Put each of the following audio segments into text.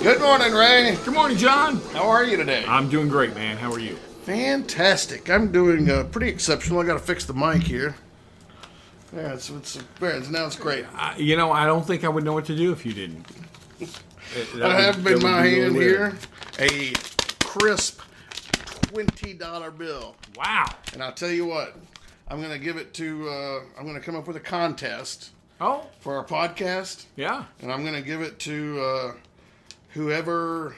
Good morning, Ray. Good morning, John. How are you today? I'm doing great, man. How are you? Fantastic. I'm doing uh, pretty exceptional. I got to fix the mic here. Yeah, it's, it's, there, it's now it's great. I, you know, I don't think I would know what to do if you didn't. That would- I have that in would my be a hand little here a crisp twenty dollar bill, weird. Wow. and I'll tell you what, I'm gonna give it to. Uh, I'm gonna come up with a contest Oh, for our podcast, yeah. and I'm gonna give it to uh, whoever.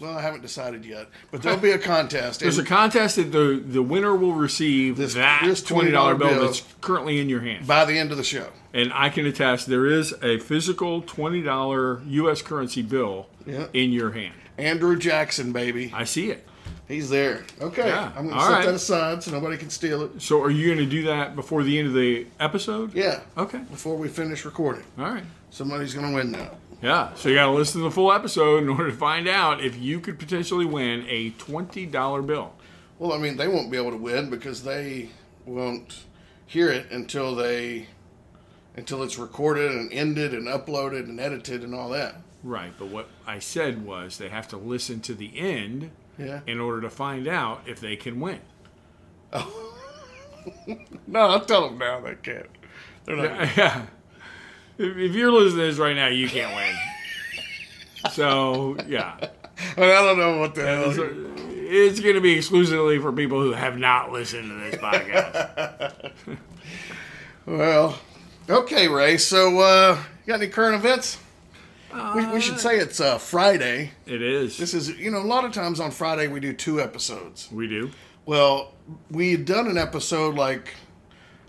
Well, I haven't decided yet, but there'll be a contest. There's a and contest that the, the winner will receive This- that this $20 bill, $20 bill. that's currently in your hand. by the end of the show. And I can attest there is a physical $20 U.S. currency bill Yeah. in your hand. Andrew Jackson, baby. I see it. He's there. Okay. Yeah, I'm going all to set right. that aside so nobody can steal it. So are you going to do that before the end of the episode? Yeah. Okay. Before we finish recording, All right. somebody's going to win that. Yeah, so you got to listen to the full episode in order to find out if you could potentially win a twenty dollar bill. Well, I mean, they won't be able to win because they won't hear it until they until it's recorded and ended and uploaded and edited and all that. Right, but what I said was they have to listen to the end Yeah. in order to find out if they can win. No, I'll tell them now they can't. They're not. Yeah, if, if you're listening to this right now, you can't win. So yeah, I, mean, I don't know what the hell. it's going to be exclusively for people who have not listened to this podcast. Well, okay, Ray. So, uh, you got any current events? we, we should say it's uh, Friday. It is. This is, you know, a lot of times on Friday we do two episodes. we do. Well, we had done an episode like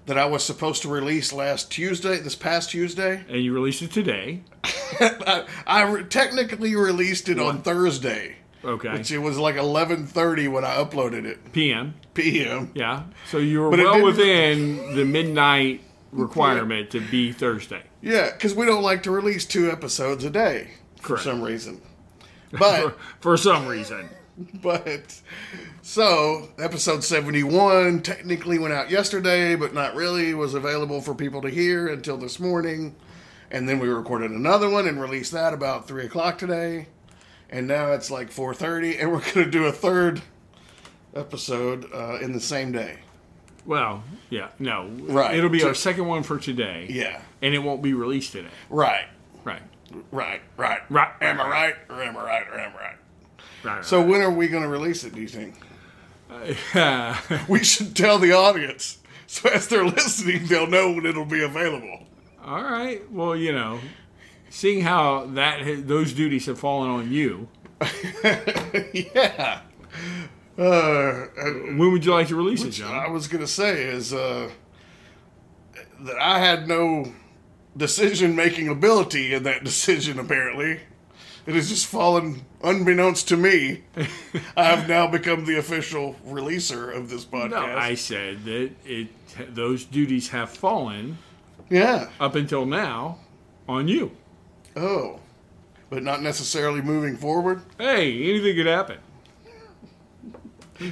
that I was supposed to release last Tuesday, this past Tuesday. And you released it today. I, I re- technically released it on Thursday, Okay. which it was like 11:30 when I uploaded it PM. p.m. Yeah. So you were But it well didn't- within the midnight requirement to be Thursday. Yeah, because we don't like to release two episodes a day for Correct. some reason. But For some reason. but so episode 71 technically went out yesterday but not really was available for people to hear until this morning and then we recorded another one and released that about 3 o'clock today and now it's like 4.30 and we're going to do a third episode uh, in the same day Well, yeah, no. Right. It'll be our second one for today. yeah And it won't be released today. right Right. right right Right. am i right or am i right or am i right Right. so when are we going to release it do you think yeah. we should tell the audience so as they're listening they'll know when it'll be available all right. Well, you know, seeing how that ha- those duties have fallen on you, yeah. Uh, when would you like to release it, John? I was gonna say is uh, that I had no decision-making ability in that decision. Apparently, it has just fallen unbeknownst to me. I've now become the official releaser of this podcast. No, I said that it those duties have fallen yeah. up until now on you. Oh, but not necessarily moving forward. Hey, anything could happen.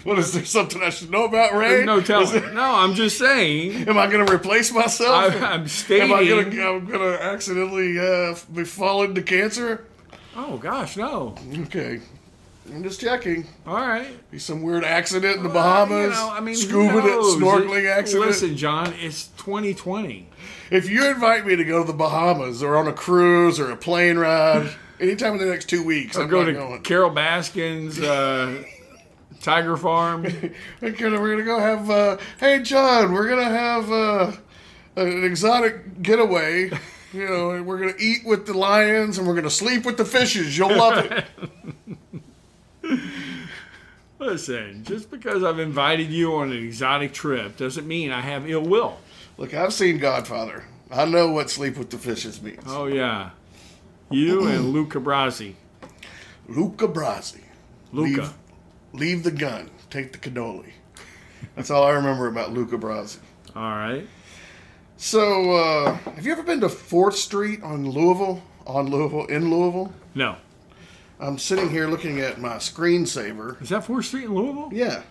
What is there something I should know about, Ray? No Is there- telling. No, I'm just saying. Am I gonna replace I, myself? I'm Am I gonna, stating. I'm gonna accidentally uh, be fallen to cancer? Oh gosh, no. Okay, I'm just checking. All right. Be some weird accident in the You Bahamas, know, I mean, who scuba di- knows? snorkeling It- accident. Listen, John, it's 2020. If you invite me to go to the Bahamas or on a cruise or a plane ride, anytime in the next two weeks, I'm Go not to going. Carol Baskin's uh, Tiger Farm. We're gonna, we're gonna go have. Uh, hey, John, we're gonna have uh, an exotic getaway. You know, and we're gonna eat with the lions and we're gonna sleep with the fishes. You'll love it. Listen, just because I've invited you on an exotic trip doesn't mean I have ill will. Look, I've seen Godfather. I know what sleep with the fishes means. Oh yeah, you and Luke Cabrasi. Luca Brasi. Luca. Leave the gun. Take the cannoli. That's all I remember about Luca Brasi. All right. So, uh, have you ever been to 4th Street on Louisville? On Louisville? In Louisville? No, I'm sitting here looking at my screensaver. is that Fourth Street in Louisville? Yeah.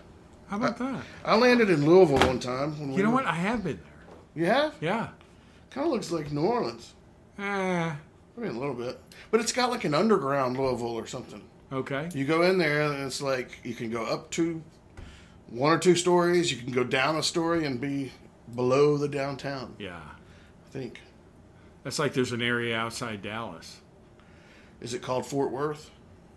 How about that? I landed in Louisville one time. when we You know were- what? I have been there. You have? Yeah. Kind of looks like New Orleans. Uh, I mean, a little bit, but it's got like an underground Louisville or something. Okay. You go in there, and it's like you can go up to one or two stories. You can go down a story and be below the downtown. Yeah. I think That's like there's an area outside Dallas. is it called Fort Worth?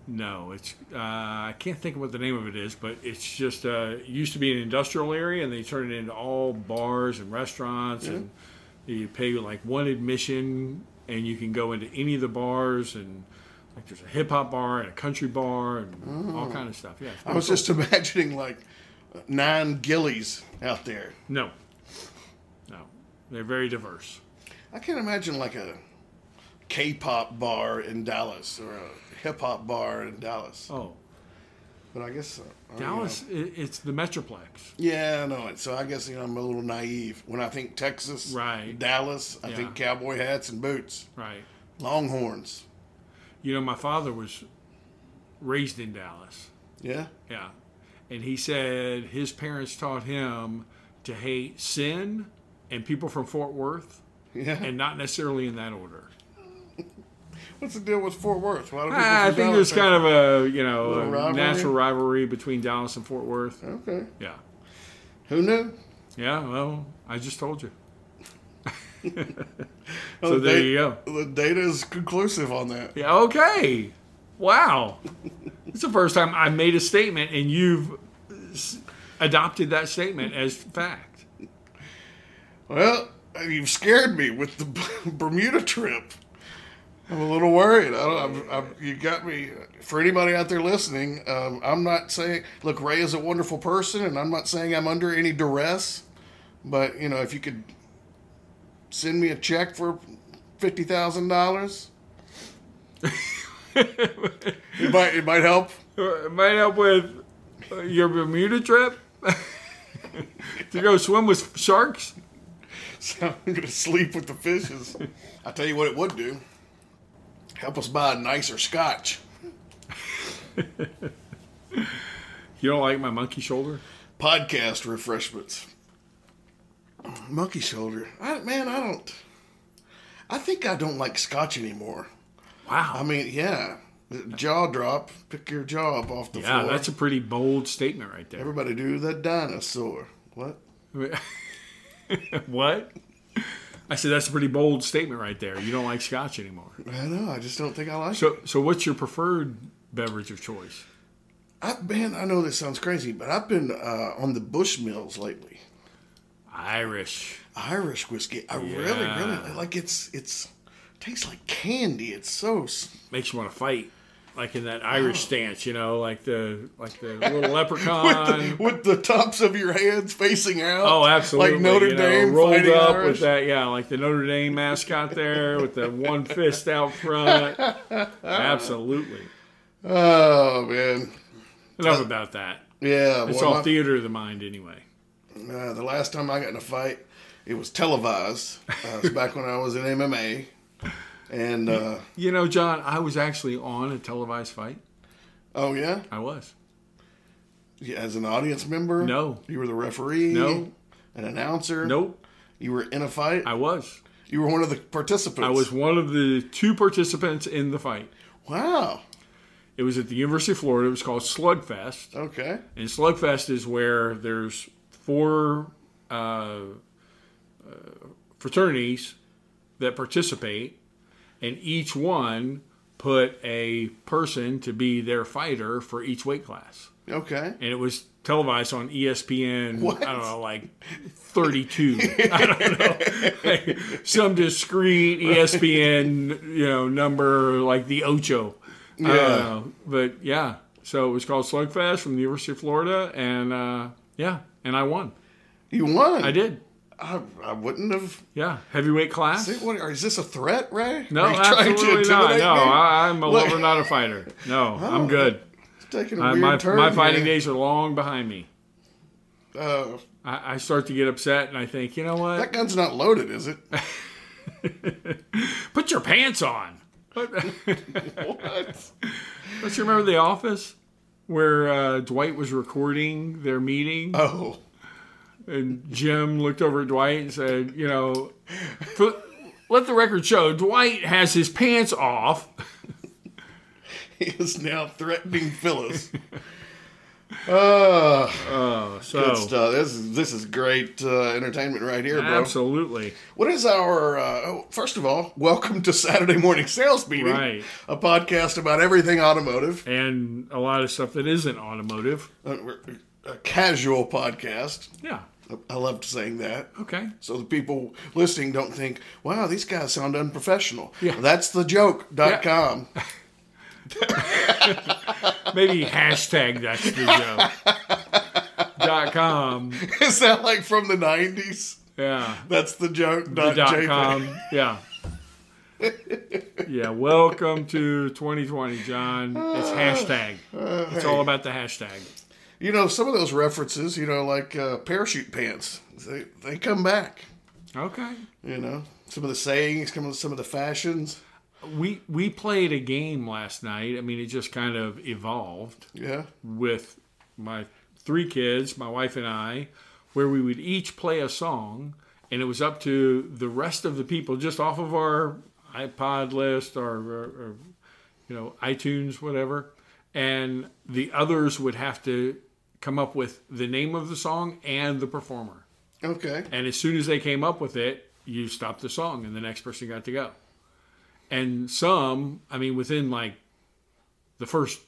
No, it's uh, I can't think of what the name of it is, but it's just uh, it used to be an industrial area, and they turned it into all bars and restaurants, and you pay like one admission, and you can go into any of the bars, and like there's a hip hop bar and a country bar and Mm. all kind of stuff. Yeah, it's I was just imagining like nine gillies out there. no, no, they're very diverse. I can't imagine like a K-pop bar in Dallas or a hip hop bar in Dallas. Oh, But I guess uh, I don't Dallas, i it's the metroplex. know. Yeah, I know it. So I guess you know I'm a little naive when I think Texas, Right. Dallas. I Yeah. think cowboy hats and boots, Right. Longhorns. You know, my father was raised in Dallas. Yeah, Yeah. And he said his parents taught him to hate sin and people from Fort Worth, yeah. and not necessarily in that order. What's the deal with Fort Worth? Why do people I from think Dallas there's kind of a you know Little a rivalry? natural rivalry between Dallas and Fort Worth. okay. Yeah, Who knew? yeah. Well, I just told you. Oh, So there they- you go. The data is conclusive on that. Yeah. Okay. Wow. it's the first time I made a statement and you've s- adopted that statement as fact. Well, you've scared me with the Bermuda trip. I'm a little worried. I don't. I'm, I'm, you got me. For anybody out there listening, um, I'm not saying. Look, Ray is a wonderful person, and I'm not saying I'm under any duress. But you know, if you could send me a check for fifty thousand dollars, it might it might help. It might help with uh, your Bermuda trip to go swim with sharks. So I'm gonna sleep with the fishes. I tell you what, it would do. Help us buy a nicer scotch. You don't like my monkey shoulder? podcast refreshments. Monkey shoulder. I, man, I don't. I think I don't like scotch anymore. Wow. I mean, yeah, the jaw drop. Pick your jaw up off the yeah, floor. that's a pretty bold statement right there. Everybody do the dinosaur. What? what? I said that's a pretty bold statement right there. You don't like scotch anymore. I know. I just don't think I like. it. So, so what's your preferred beverage of choice? I man, I know this sounds crazy, but I've been uh, on the Bushmills lately. Irish. Irish whiskey. I Yeah. really, really like. It's it's tastes like candy. It's so s- Makes you want to fight. Like in that Irish stance, you know, like the like the little with leprechaun. the, with the tops of your hands facing out. Oh, absolutely! Like Notre you know, Dame rolled fighting up Irish. with that, yeah, like the Notre Dame mascot there with the one fist out front. Absolutely. Oh man, Enough about that. yeah. It's boy, all my- theater of the mind, anyway. uh, the last time I got in a fight, it was televised. Uh, it was back when I was in MMA, and uh, You know, John, I was actually on a televised fight. oh yeah, I was. Yeah, as an audience member, No. you were the referee, No. an announcer, Nope, you were in a fight, I was. you were one of the participants. I was one of the two participants in the fight. Wow. It was at the University of Florida. It was called Slugfest. Okay. And Slugfest is where there's four uh, uh, fraternities that participate, and each one put a person to be their fighter for each weight class. Okay. And it was televised on E ESPN, What? I don't know, like 32. I don't know. Like, some discreet E ESPN, you know, number like the Ocho. Yeah. Yeah. But yeah, so it was called Slugfest from the University of Florida, and uh, yeah, and I won. You won. I did. I, I wouldn't have. Yeah, heavyweight class. What, is this a threat, Ray? no, Are you trying to absolutely not. intimidate No, me? I, I'm a Look. lover, not a fighter. No, I'm good. It's taking a I, weird my turn. my fighting here. days are long behind me. Uh, I, I start to get upset, and I think, you know what? that gun's not loaded, is it? Put your pants on. what? Don't you remember The Office? Where uh, Dwight was recording their meeting, Oh, and Jim looked over at Dwight and said, "You know, put, let the record show Dwight has his pants off. He is now threatening Phyllis. Uh, So good stuff. uh, This is this is great uh, entertainment right here, bro. absolutely What is our uh, oh, first of all? Welcome to Saturday morning sales meeting, Right. a podcast about everything automotive, and a lot of stuff that isn't automotive. Uh, we're- a casual podcast. Yeah. I- I loved saying that. Okay. So the people listening don't think, "Wow, these guys sound unprofessional." Yeah. That's the joke. Dot com. Maybe hashtag that's the joke. dot com. is that like from the nineties? Yeah. That's the joke. The Dot, dot JPEG. com. Yeah. Yeah. Welcome to 2020, John. It's hashtag. It's all about the hashtag. You know some of those references. You know, like uh, parachute pants. They they come back. Okay. You know some of the sayings, come with some of the fashions. We we played a game last night. I mean, it just kind of evolved. Yeah. with my three kids, my wife and I, where we would each play a song, and it was up to the rest of the people just off of our iPod list or, or, or you know iTunes whatever, and the others would have to come up with the name of the song and the performer. Okay. And as soon as they came up with it, you stopped the song, and the next person got to go. And some, I mean, within like the first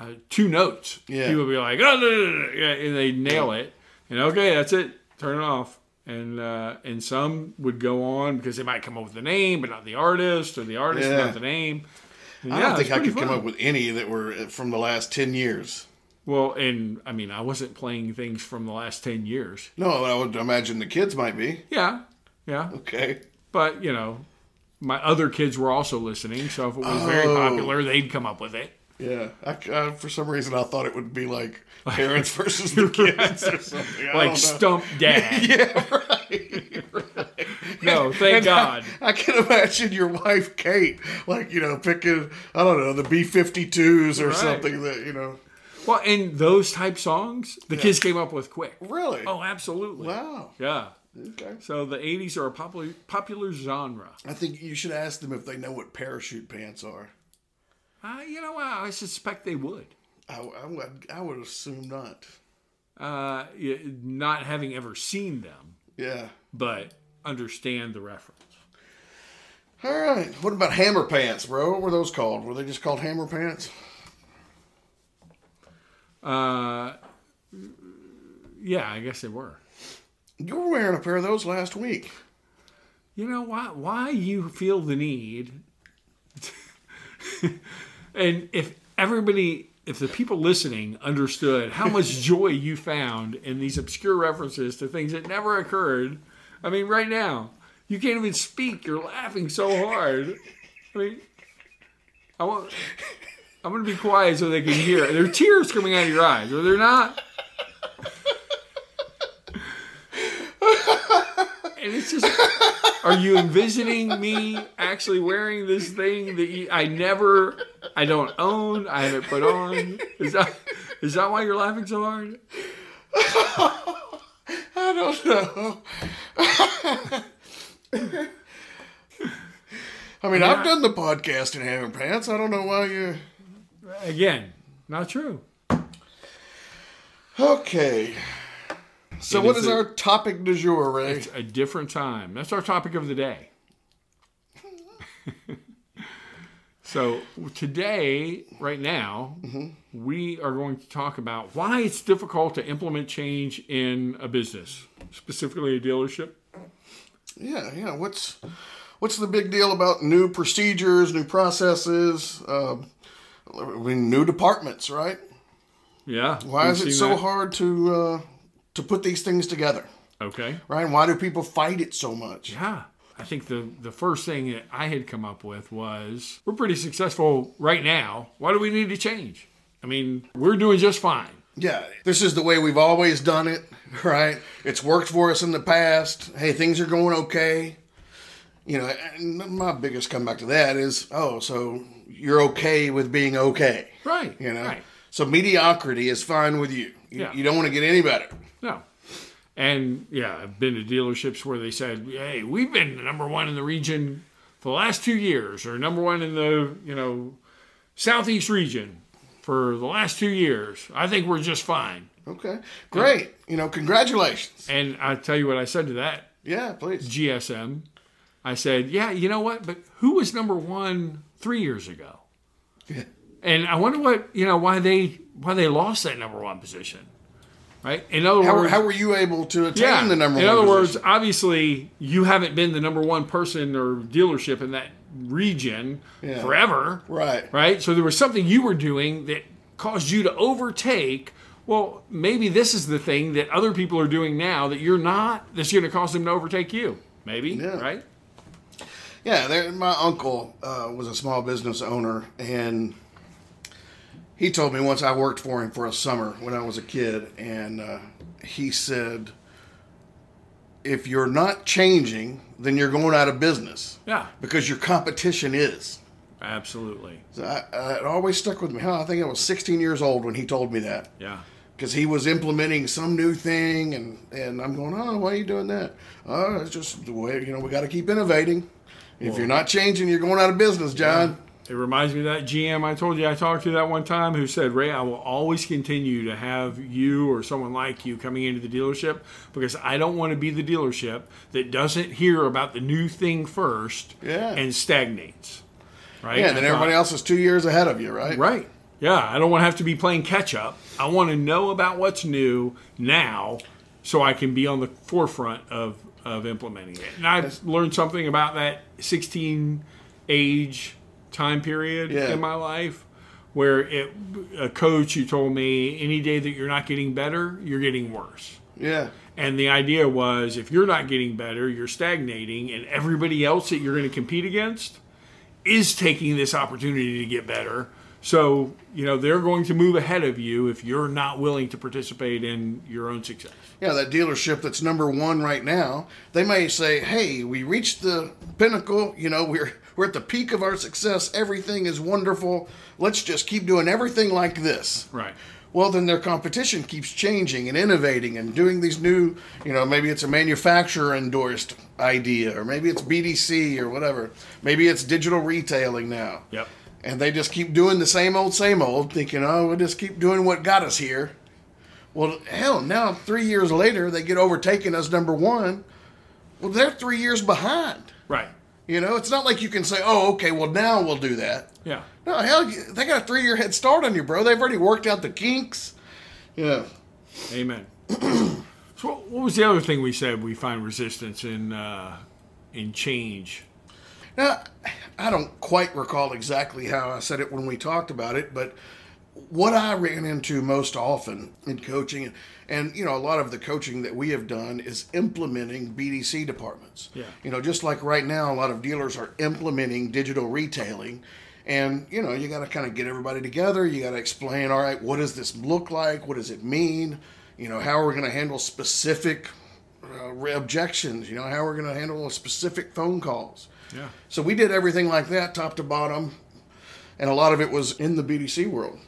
uh, two notes, Yeah. people would be like, oh, no, no, no, no," yeah, and they nail it. And okay, that's it. Turn it off. And uh, and some would go on because they might come up with the name, but not the artist, or the artist Yeah. not the name. And I yeah, don't it's think I pretty could come fun. up with any that were uh, from the last ten years. Well, and I mean, I wasn't playing things from the last ten years. No, I would imagine the kids might be. Yeah, yeah. Okay. but you know my other kids were also listening so if it was very Oh. popular they'd come up with it Yeah, I, I, for some reason I thought it would be like parents versus the kids or something. I like don't know. stump dad yeah, right. no thank And uh, I- god I, can imagine your wife Kate, like you know, picking I don't know the B fifty twos or Right. something that you know. well and those type songs the kids came up with quick Really? oh absolutely wow. yeah Okay. so the 80s are a popular popular genre I think you should ask them if they know what parachute pants are. uh, you know i I suspect they would I, I would I would assume not. uh, y- not having ever seen them Yeah. but understand the reference All right. What about hammer pants, bro? What were those called? Were they just called hammer pants? uh, yeah i guess they were You were wearing a pair of those last week. you know why why you feel the need and if everybody if the people listening understood how much joy you found in these obscure references to things that never occurred i mean right now you can't even speak you're laughing so hard i mean i want i'm gonna be quiet so they can hear there are tears coming out of your eyes or they're not and it's just are you envisioning me actually wearing this thing that you, I never, I don't own, I haven't put on? Is that is that why you're laughing so hard? I don't know. I mean, I've done the podcast in hammer pants. I don't know why you. Again, not true. Okay. So, It what is is a- our topic du jour, Ray? It's a different time. That's our topic of the day. so today, right now, Mm-hmm. we are going to talk about why it's difficult to implement change in a business, specifically a dealership. Yeah, yeah. What's what's the big deal about new procedures, new processes, um, I mean, new departments, right? Yeah. Why we've is it seen so that. hard to uh, to put these things together, Okay. right? And why do people fight it so much? Yeah. I think the, the first thing that I had come up with was we're pretty successful right now. Why do we need to change? I mean, we're doing just fine. Yeah, this is the way we've always done it, right? It's worked for us in the past. Hey, things are going okay. You know, and my biggest comeback to that is, oh, so you're okay with being okay, Right. you know? Right. So mediocrity is fine with you. You, Yeah. you don't want to get any better. No. And yeah, I've been to dealerships where they said, "Hey, we've been number one in the region for the last two years, or number one in the you know southeast region for the last two years. I think we're just fine." Okay. Great. You know, congratulations. And I tell you what I said to that Yeah, please. GSM. I said, "Yeah, you know what? But who was number one three years ago?" And I wonder what you know why they why they lost that number one position, right? In other How, words, how were you able to attain the number in one? other words, position? obviously, you haven't been the number one person or dealership in that region Yeah. forever, right. right? So there was something you were doing that caused you to overtake. Well, maybe this is the thing that other people are doing now that you're not. That's going to cause them to overtake you. Maybe, Yeah. right? Yeah, there, my uncle uh, was a small business owner, and he told me once I worked for him for a summer when I was a kid, and uh, he said, "If you're not changing, then you're going out of business Yeah, because your competition is." absolutely. So I, I, it always stuck with me. Huh, I think I was 16 years old when he told me that Yeah, because he was implementing some new thing, and and I'm going, oh, why are you doing that? Oh, it's just the way you know we got to keep innovating. If you're not changing, you're going out of business, John. It reminds me of that GM I told you I talked to that one time who said, Ray, I will always continue to have you or someone like you coming into the dealership because I don't want to be the dealership that doesn't hear about the new thing first Yeah. and stagnates. Right? Yeah, I and then everybody thought, else is two years ahead of you, right? Right. Yeah. I don't want to have to be playing catch up. I want to know about what's new now so I can be on the forefront of, of implementing it. And I've learned something about that 16 age time period Yeah. in my life where it, a coach who told me any day that you're not getting better, you're getting worse. Yeah, And the idea was if you're not getting better, you're stagnating, and everybody else that you're going to compete against is taking this opportunity to get better. So, you know, they're going to move ahead of you if you're not willing to participate in your own success. yeah. That dealership that's number one right now, they may say, "Hey, we reached the pinnacle. You know, we're we're at the peak of our success. Everything is wonderful. Let's just keep doing everything like this." Right. well then their competition keeps changing and innovating and doing these new you know maybe it's a manufacturer endorsed idea or maybe it's bdc or whatever maybe it's digital retailing now Yep. and they just keep doing the same old same old thinking oh we'll just keep doing what got us here well hell now three years later they get overtaken as number one well they're three years behind Right. you know it's not like you can say oh okay well now we'll do that Yeah. no, hell, you- they got a three year head start on you, bro. They've already worked out the kinks. Yeah. Amen. so, what what was the other thing we said we find resistance in uh, in change? Now, I don't quite recall exactly how I said it when we talked about it, but what I ran into most often in coaching, and you know, a lot of the coaching that we have done is implementing BDC departments. Yeah. You know, just like right now, a lot of dealers are implementing digital retailing. And you know, you got to kind of get everybody together. You got to explain, all right, what does this look like? What does it mean? You know, how are we going to handle specific uh, re- objections? You know, how we're going to handle specific phone calls? Yeah. So we did everything like that, top to bottom, and a lot of it was in the BDC world.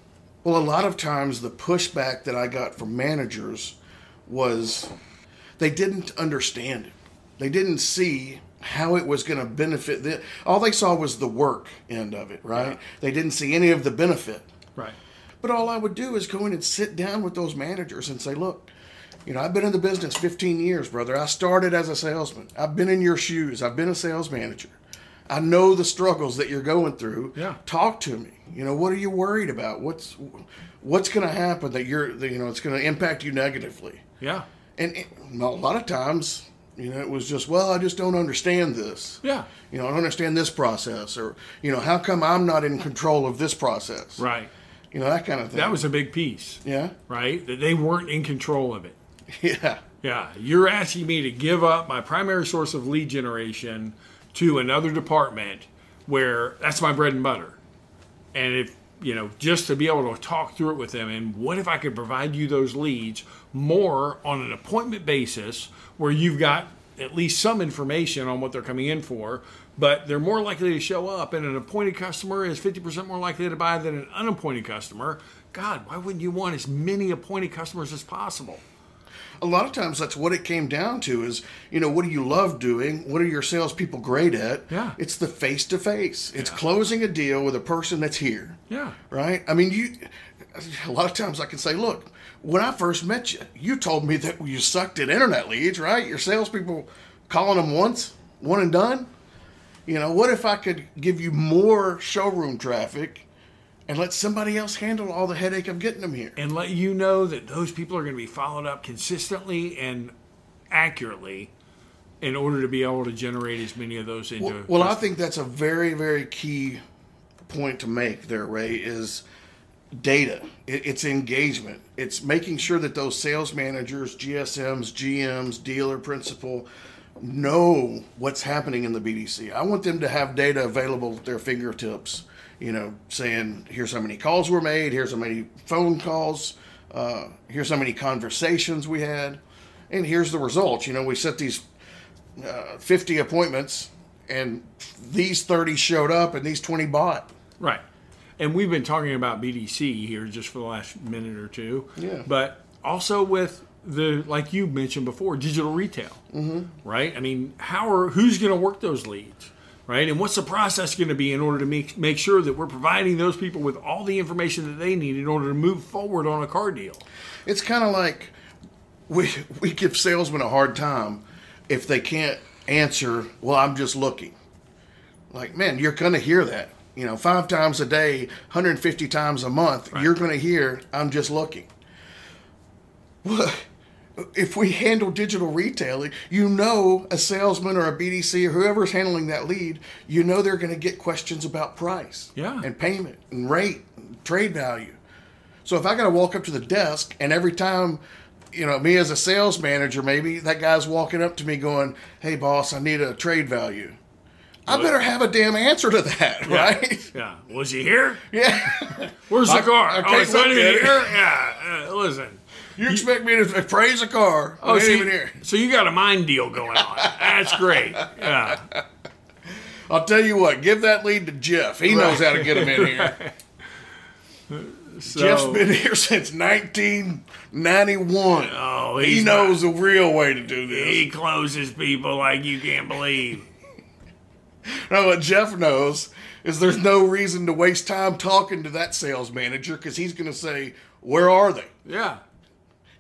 Well, a lot of times the pushback that I got from managers was they didn't understand it. They didn't see how it was going to benefit them. All they saw was the work end of it, right? They didn't see any of the benefit. Right. But all I would do is go in and sit down with those managers and say, look, you know, I've been in the business 15 years, brother. I started as a salesman. I've been in your shoes. I've been a sales manager. I know the struggles that you're going through. Yeah. Talk to me. You know, what are you worried about? What's what's going to happen that you're that, you know, it's going to impact you negatively? Yeah. And it, a lot of times, you know, it was just, well, I just don't understand this. Yeah. You know, I don't understand this process or, you know, how come I'm not in control of this process? Right. You know, that kind of thing. That was a big piece. Yeah. Right. That they weren't in control of it. Yeah. Yeah, you're asking me to give up my primary source of lead generation to another department where that's my bread and butter. And if, you know, just to be able to talk through it with them and what if I could provide you those leads more on an appointment basis where you've got at least some information on what they're coming in for, but they're more likely to show up and an appointed customer is 50% more likely to buy than an unappointed customer. God, why wouldn't you want as many appointed customers as possible? a lot of times that's what it came down to is, you know, what do you love doing? What are your salespeople great at? Yeah. It's the face to face. It's Yeah. closing a deal with a person that's here Yeah. right? I mean, you. A lot of times I can say, look, when I first met you, you told me that you sucked at internet leads, right? Your salespeople calling them once, one and done. You know, what if I could give you more showroom traffic and let somebody else handle all the headache of getting them here? and let you know that those people are going to be followed up consistently and accurately in order to be able to generate as many of those into Well, well, I think that's a very, very key point to make there, Ray, is data. It, it's engagement. It's making sure that those sales managers, GSMs, GMs, dealer principal know what's happening in the BDC. I want them to have data available at their fingertips, you know, saying, here's how many calls were made, here's how many phone calls, uh, here's how many conversations we had, and here's the results. You know, we set these 50 appointments and these 30 showed up and these 20 bought. Right. And we've been talking about BDC here just for the last minute or two. Yeah. But also with the like you mentioned before, digital retail. Mm-hmm. Right. I mean, how are who's going to work those leads? Right. And what's the process going to be in order to make make sure that we're providing those people with all the information that they need in order to move forward on a car deal? It's kind of like we we give salesmen a hard time if they can't answer, well, I'm just looking. Like, man, you're going to hear that. You know, 5 times a day, 150 times a month, you're going to hear I'm just looking. Well, if we handle digital retailing, you know a salesman or a BDC or whoever's handling that lead, you know they're going to get questions about price Yeah. and payment and rate and trade value. So if I got to walk up to the desk and every time, you know, me as a sales manager, maybe that guy's walking up to me going, "Hey, boss, I need a trade value." I better have a damn answer to that, right? Yeah. Was he here? Yeah. Where's the car? I I, can't oh, it's not look even at it. here. Yeah. Uh, listen. You expect me to appraise a car? Oh, so, even you, here. so you got a mind deal going on. That's great. Yeah. I'll tell you what, give that lead to Jeff. He knows how to get him in here. So, Jeff's been here since 1991. Oh, he he's not- knows the real way to do this. he closes people like you can't believe. Now, what Jeff knows is there's no reason to waste time talking to that sales manager because he's going to say, Where are they? Yeah.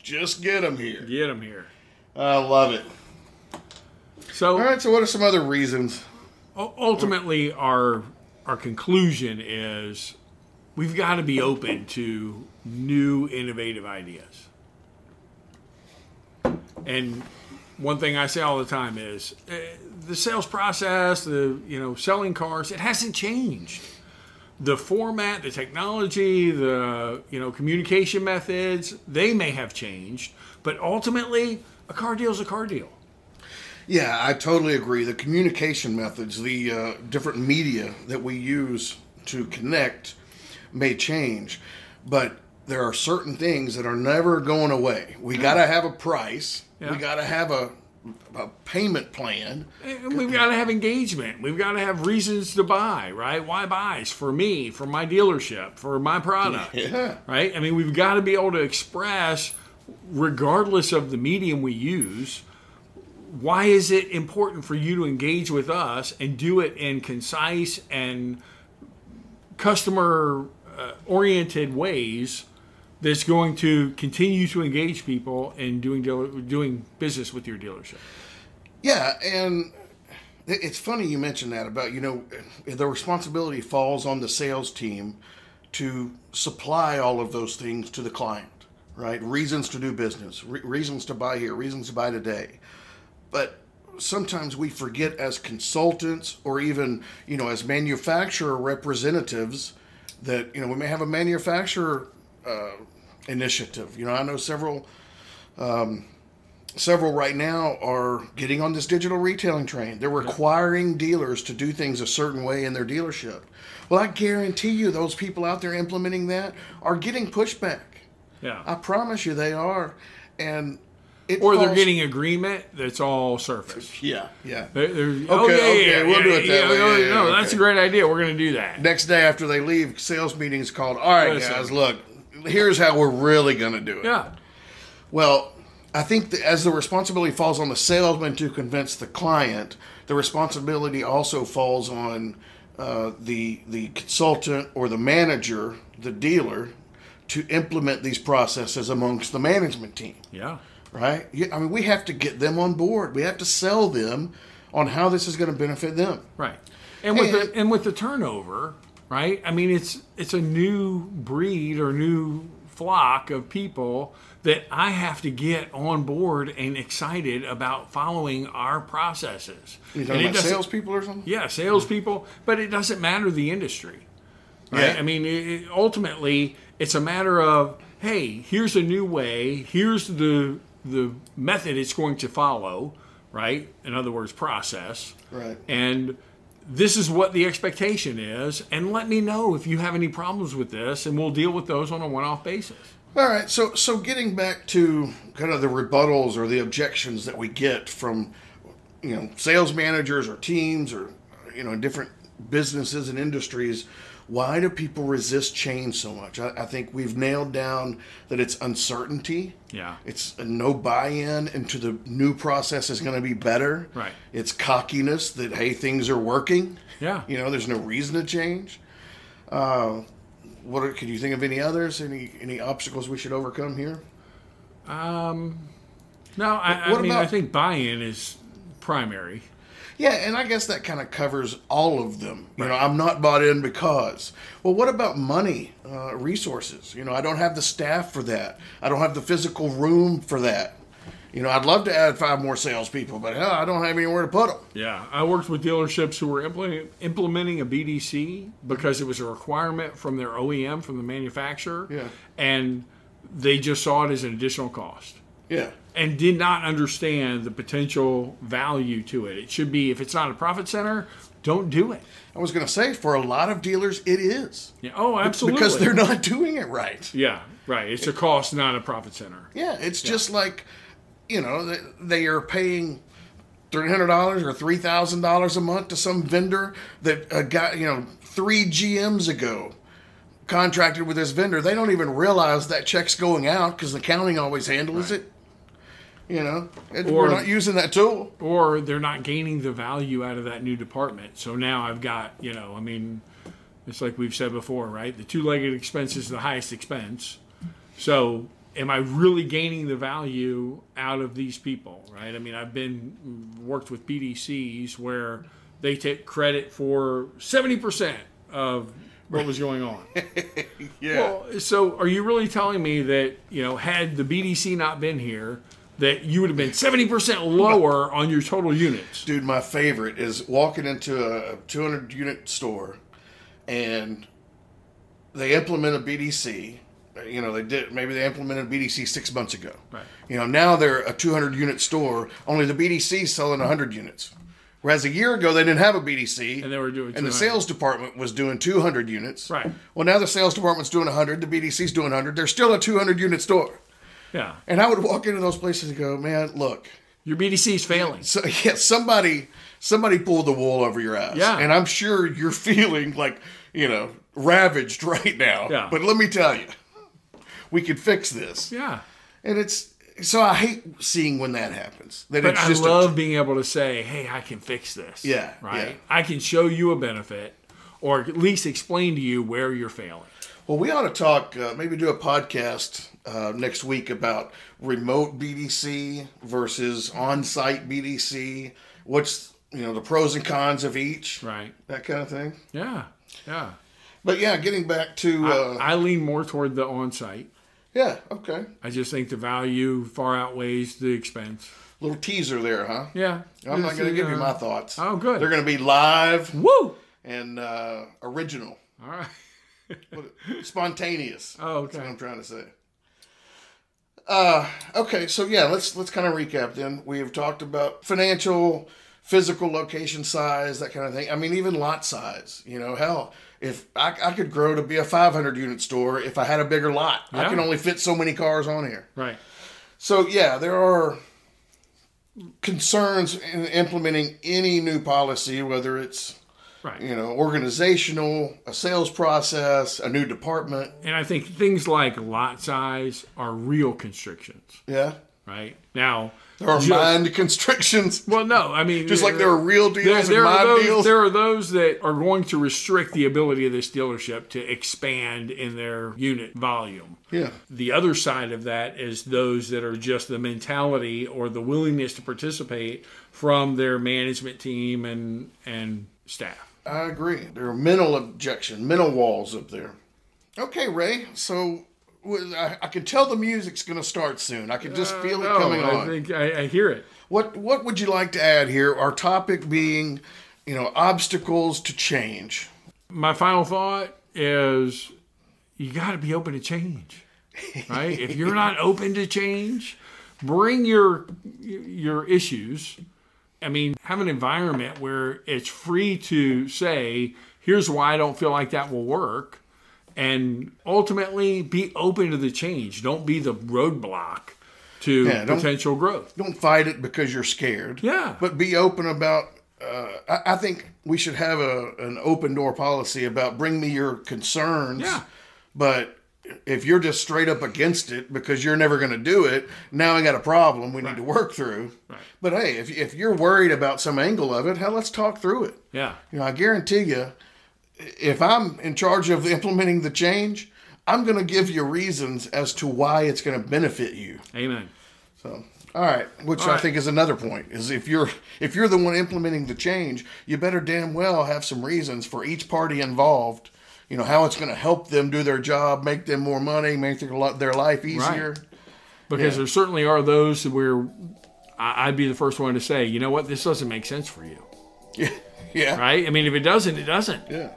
Just get them here. Get him here. I love it. So All right, so what are some other reasons? u- ultimately, our our conclusion is we've got to be open to new innovative ideas. And one thing I say all the time is uh, the sales process, the you know selling cars, it hasn't changed. The format, the technology, the you know communication methods, they may have changed, but ultimately, a car deal is a car deal. Yeah, I totally agree. The communication methods, the uh, different media that we use to connect may change, but there are certain things that are never going away. We got to have a price, we Yeah. got to have a, a payment plan. And we've got to have engagement. We've got to have reasons to buy, right? Why buys for me, for my dealership, for my product, Yeah. right? I mean, we've got to be able to express, regardless of the medium we use, why is it important for you to engage with us and do it in concise and customer uh, oriented ways that's going to continue to engage people in doing dealer, doing business with your dealership. Yeah, and it- it's funny you mentioned that about you know the responsibility falls on the sales team to supply all of those things to the client, right? Reasons to do business, re- reasons to buy here, reasons to buy today. But sometimes we forget as consultants or even you know as manufacturer representatives that you know we may have a manufacturer uh, initiative. You know, I know several several right now are getting on this digital retailing train. They're requiring dealers to do things a certain way in their dealership. Well, I guarantee you, those people out there implementing that are getting pushback. Yeah. I promise you, they are, and it or they're falls- getting agreement that's all surface. yeah, yeah. They're, oh, they're, okay, okay, we'll do it that way. Yeah, yeah, oh, no, okay. that's a great idea. We're going to do that. Next day after they leave, sales meetings called. All right, Listen. guys, look, here's how we're really gonna do it. yeah, Well, I think that as the responsibility falls on the salesman to convince the client, the responsibility also falls on uh, the the consultant or the manager, the dealer, to implement these processes amongst the management team. Yeah. Right? You- I mean, we have to get them on board. We have to sell them on how this is going to benefit them. Right. And with And- the and with the turnover, right? I mean, it's it's a new breed or new flock of people that I have to get on board and excited about following our processes. You And talking it about doesn't- salespeople or something? Yeah, salespeople, but it doesn't matter the industry. Right? Yeah. I mean, it, it- ultimately, it's a matter of hey, here's a new way. Here's the the method it's going to follow. Right. In other words, process Right. and this is what the expectation is and let me know if you have any problems with this and we'll deal with those on a one-off basis All right, so so getting back to kind of the rebuttals or the objections that we get from you know sales managers or teams or you know different businesses and industries, why do people resist change so much? I, I think we've nailed down that it's uncertainty. yeah It's a no buy-in into the new process is going to be better. Right. It's cockiness that hey things are working. yeah You know, there's no reason to change. Uh, what are, can you think of any others? Any any obstacles we should overcome here? no i, I What mean about- i think buy-in is primary Yeah, and I guess that kind of covers all of them. You know, I'm not bought in because. Well, what about money, uh, resources? You know, I don't have the staff for that. I don't have the physical room for that. You know, I'd love to add five more salespeople, but hell, I don't have anywhere to put them. yeah i worked with dealerships who were implementing, implementing a bdc because it was a requirement from their oem from the manufacturer Yeah. and they just saw it as an additional cost Yeah. and did not understand the potential value to it it should be if it's not a profit center don't do it I was going to say, for a lot of dealers, it is Yeah. Oh, absolutely. because they're not doing it right. Yeah. Right. It's a cost, not a profit center. Yeah, it's just like, you know, they, they are paying three hundred dollars or three thousand dollars a month to some vendor that uh, got you know three GMs ago contracted with this vendor. They don't even realize that check's going out because the accounting always handles it. You know, and Or- we're not using that tool. Or they're not gaining the value out of that new department. So now I've got, you know, I mean, it's like we've said before, right? The two legged expense is the highest expense. So am I really gaining the value out of these people, right? I mean, I've been worked with BDCs where they take credit for 70% of what was going on. Yeah. Well, so are you really telling me that you know had the BDC not been here, that you would have been seventy percent lower on your total units? Dude, my favorite is walking into a 200 unit store and they implement a BDC. You know, they did maybe they implemented BDC six months ago. Right. You know, now they're a 200 unit store, only the BDC is selling 100 units. Whereas a year ago, they didn't have a BDC. And they were doing And the 200. sales department was doing 200 units. Right. Well, now the sales department's doing 100, the BDC's doing 100. They're still a 200 unit store. Yeah, And I would walk into those places and go, man, look, your BDC is failing. so yeah, somebody somebody pulled the wool over your eyes. Yeah. And I'm sure you're feeling like, you know, ravaged right now. Yeah. But let me tell you, we could fix this. Yeah, And it's so I hate seeing when that happens. That but it's I just a- love being able to say, "Hey, I can fix this." Yeah, right. yeah. I can show you a benefit, or at least explain to you where you're failing. well, we ought to talk, uh, maybe do a podcast uh, next week about remote BDC versus on site BDC. What's, you know, the pros and cons of each, Right. that kind of thing. Yeah. Yeah. But yeah, getting back to, uh, I lean more toward the on-site. yeah, okay. I just think the value far outweighs the expense. Little teaser there, huh? Yeah. I'm not going to give you Uh, my thoughts. Oh, good. They're going to be live Woo! and uh, original, All right. spontaneous. Oh, That's what okay. I'm trying to say. Uh, okay, so yeah, let's let's kind of recap. Then we have talked about financial, physical location size, that kind of thing. I mean, even lot size. You know, hell, if I, I could grow to be a 500 unit store if I had a bigger lot, I Yeah. can only fit so many cars on here. Right. So yeah, there are concerns in implementing any new policy, whether it's Right. you know organizational, a sales process, a new department. And I think things like lot size are real constrictions. Yeah, right? Now, There are ju- mind constrictions, well, no, I mean, uh, just like there are real there, deals there and are mind those, deals. there are those that are going to restrict the ability of this dealership to expand in their unit volume. yeah, The other side of that is those that are just the mentality or the willingness to participate from their management team and and staff. I agree. There are mental objection, mental walls up there. Okay, Ray. So w- I, I can tell the music's going to start soon. I can just feel it Uh, No, coming Oh, I on. think I, I hear it. What What would you like to add here? Our topic being, you know, obstacles to change. My final thought is you got to be open to change, right? if you're not open to change, bring your your issues. I mean, have an environment where it's free to say, "Here's why I don't feel like that will work," and ultimately be open to the change. Don't be the roadblock to Yeah, don't- potential growth. Don't fight it because you're scared. Yeah. But be open about. Uh, I, I think we should have a an open door policy about bring me your concerns. Yeah. But if you're just straight up against it because you're never going to do it, now I got a problem we need to work through. Right. But hey, if if you're worried about some angle of it, hell, let's talk through it. yeah. You know, I guarantee you, if I'm in charge of implementing the change, I'm going to give you reasons as to why it's going to benefit you. Amen. So, all right, which I right. think is another point is if you're if you're the one implementing the change, you better damn well have some reasons for each party involved. You know how it's going to help them do their job, make them more money, make their li- their life easier. because there certainly are those where I- I'd be the first one to say, you know what, this doesn't make sense for you, Yeah, yeah, right? I mean, if it doesn't, it doesn't. yeah.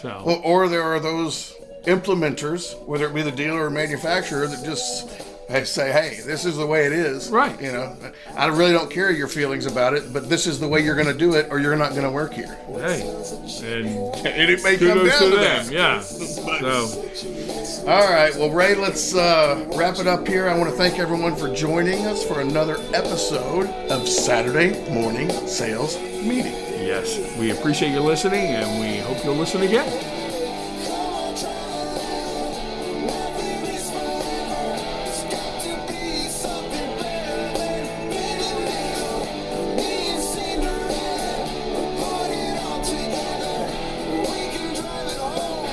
So Well, or there are those implementers, whether it be the dealer or manufacturer, that just hey, say, "Hey, this is the way it is." Right. You know, I really don't care your feelings about it, but this is the way you're going to do it, or you're not going to work here. hey, and And it may come kudos down to to them, that. yeah. So All right. Well, Ray, let's uh, wrap it up here. I want to thank everyone for joining us for another episode of Saturday Morning Sales Meeting. yes, we appreciate you listening, and we hope you'll listen again. Together, we can drive it home.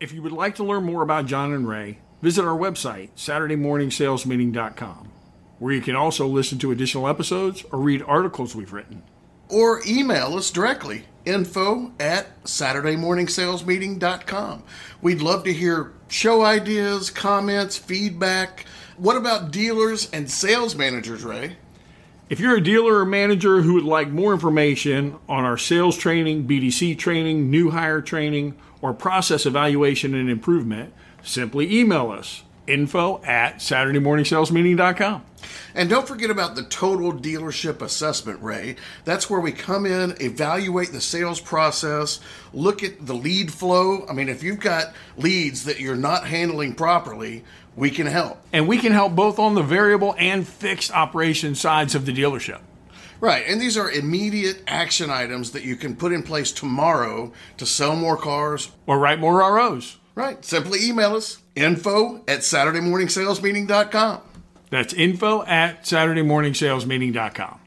If you would like to learn more about John and Ray, visit our website, SaturdayMorningSalesMeeting.com, where you can also listen to additional episodes or read articles we've written. or email us directly info at saturdaymorningsalesmeeting.com we'd love to hear show ideas comments feedback what about dealers and sales managers ray If you're a dealer or manager who would like more information on our sales training, BDC training, new hire training, or process evaluation and improvement, simply email us info at SaturdayMorningSalesMeeting.com. and don't forget about the total dealership assessment ray that's where we come in evaluate the sales process look at the lead flow i mean if you've got leads that you're not handling properly we can help And we can help both on the variable and fixed operation sides of the dealership. Right, and these are immediate action items that you can put in place tomorrow to sell more cars. Or write more ROs. Right, simply email us info at SaturdayMorningSalesMeeting.com. That's info at SaturdayMorningSalesMeeting.com.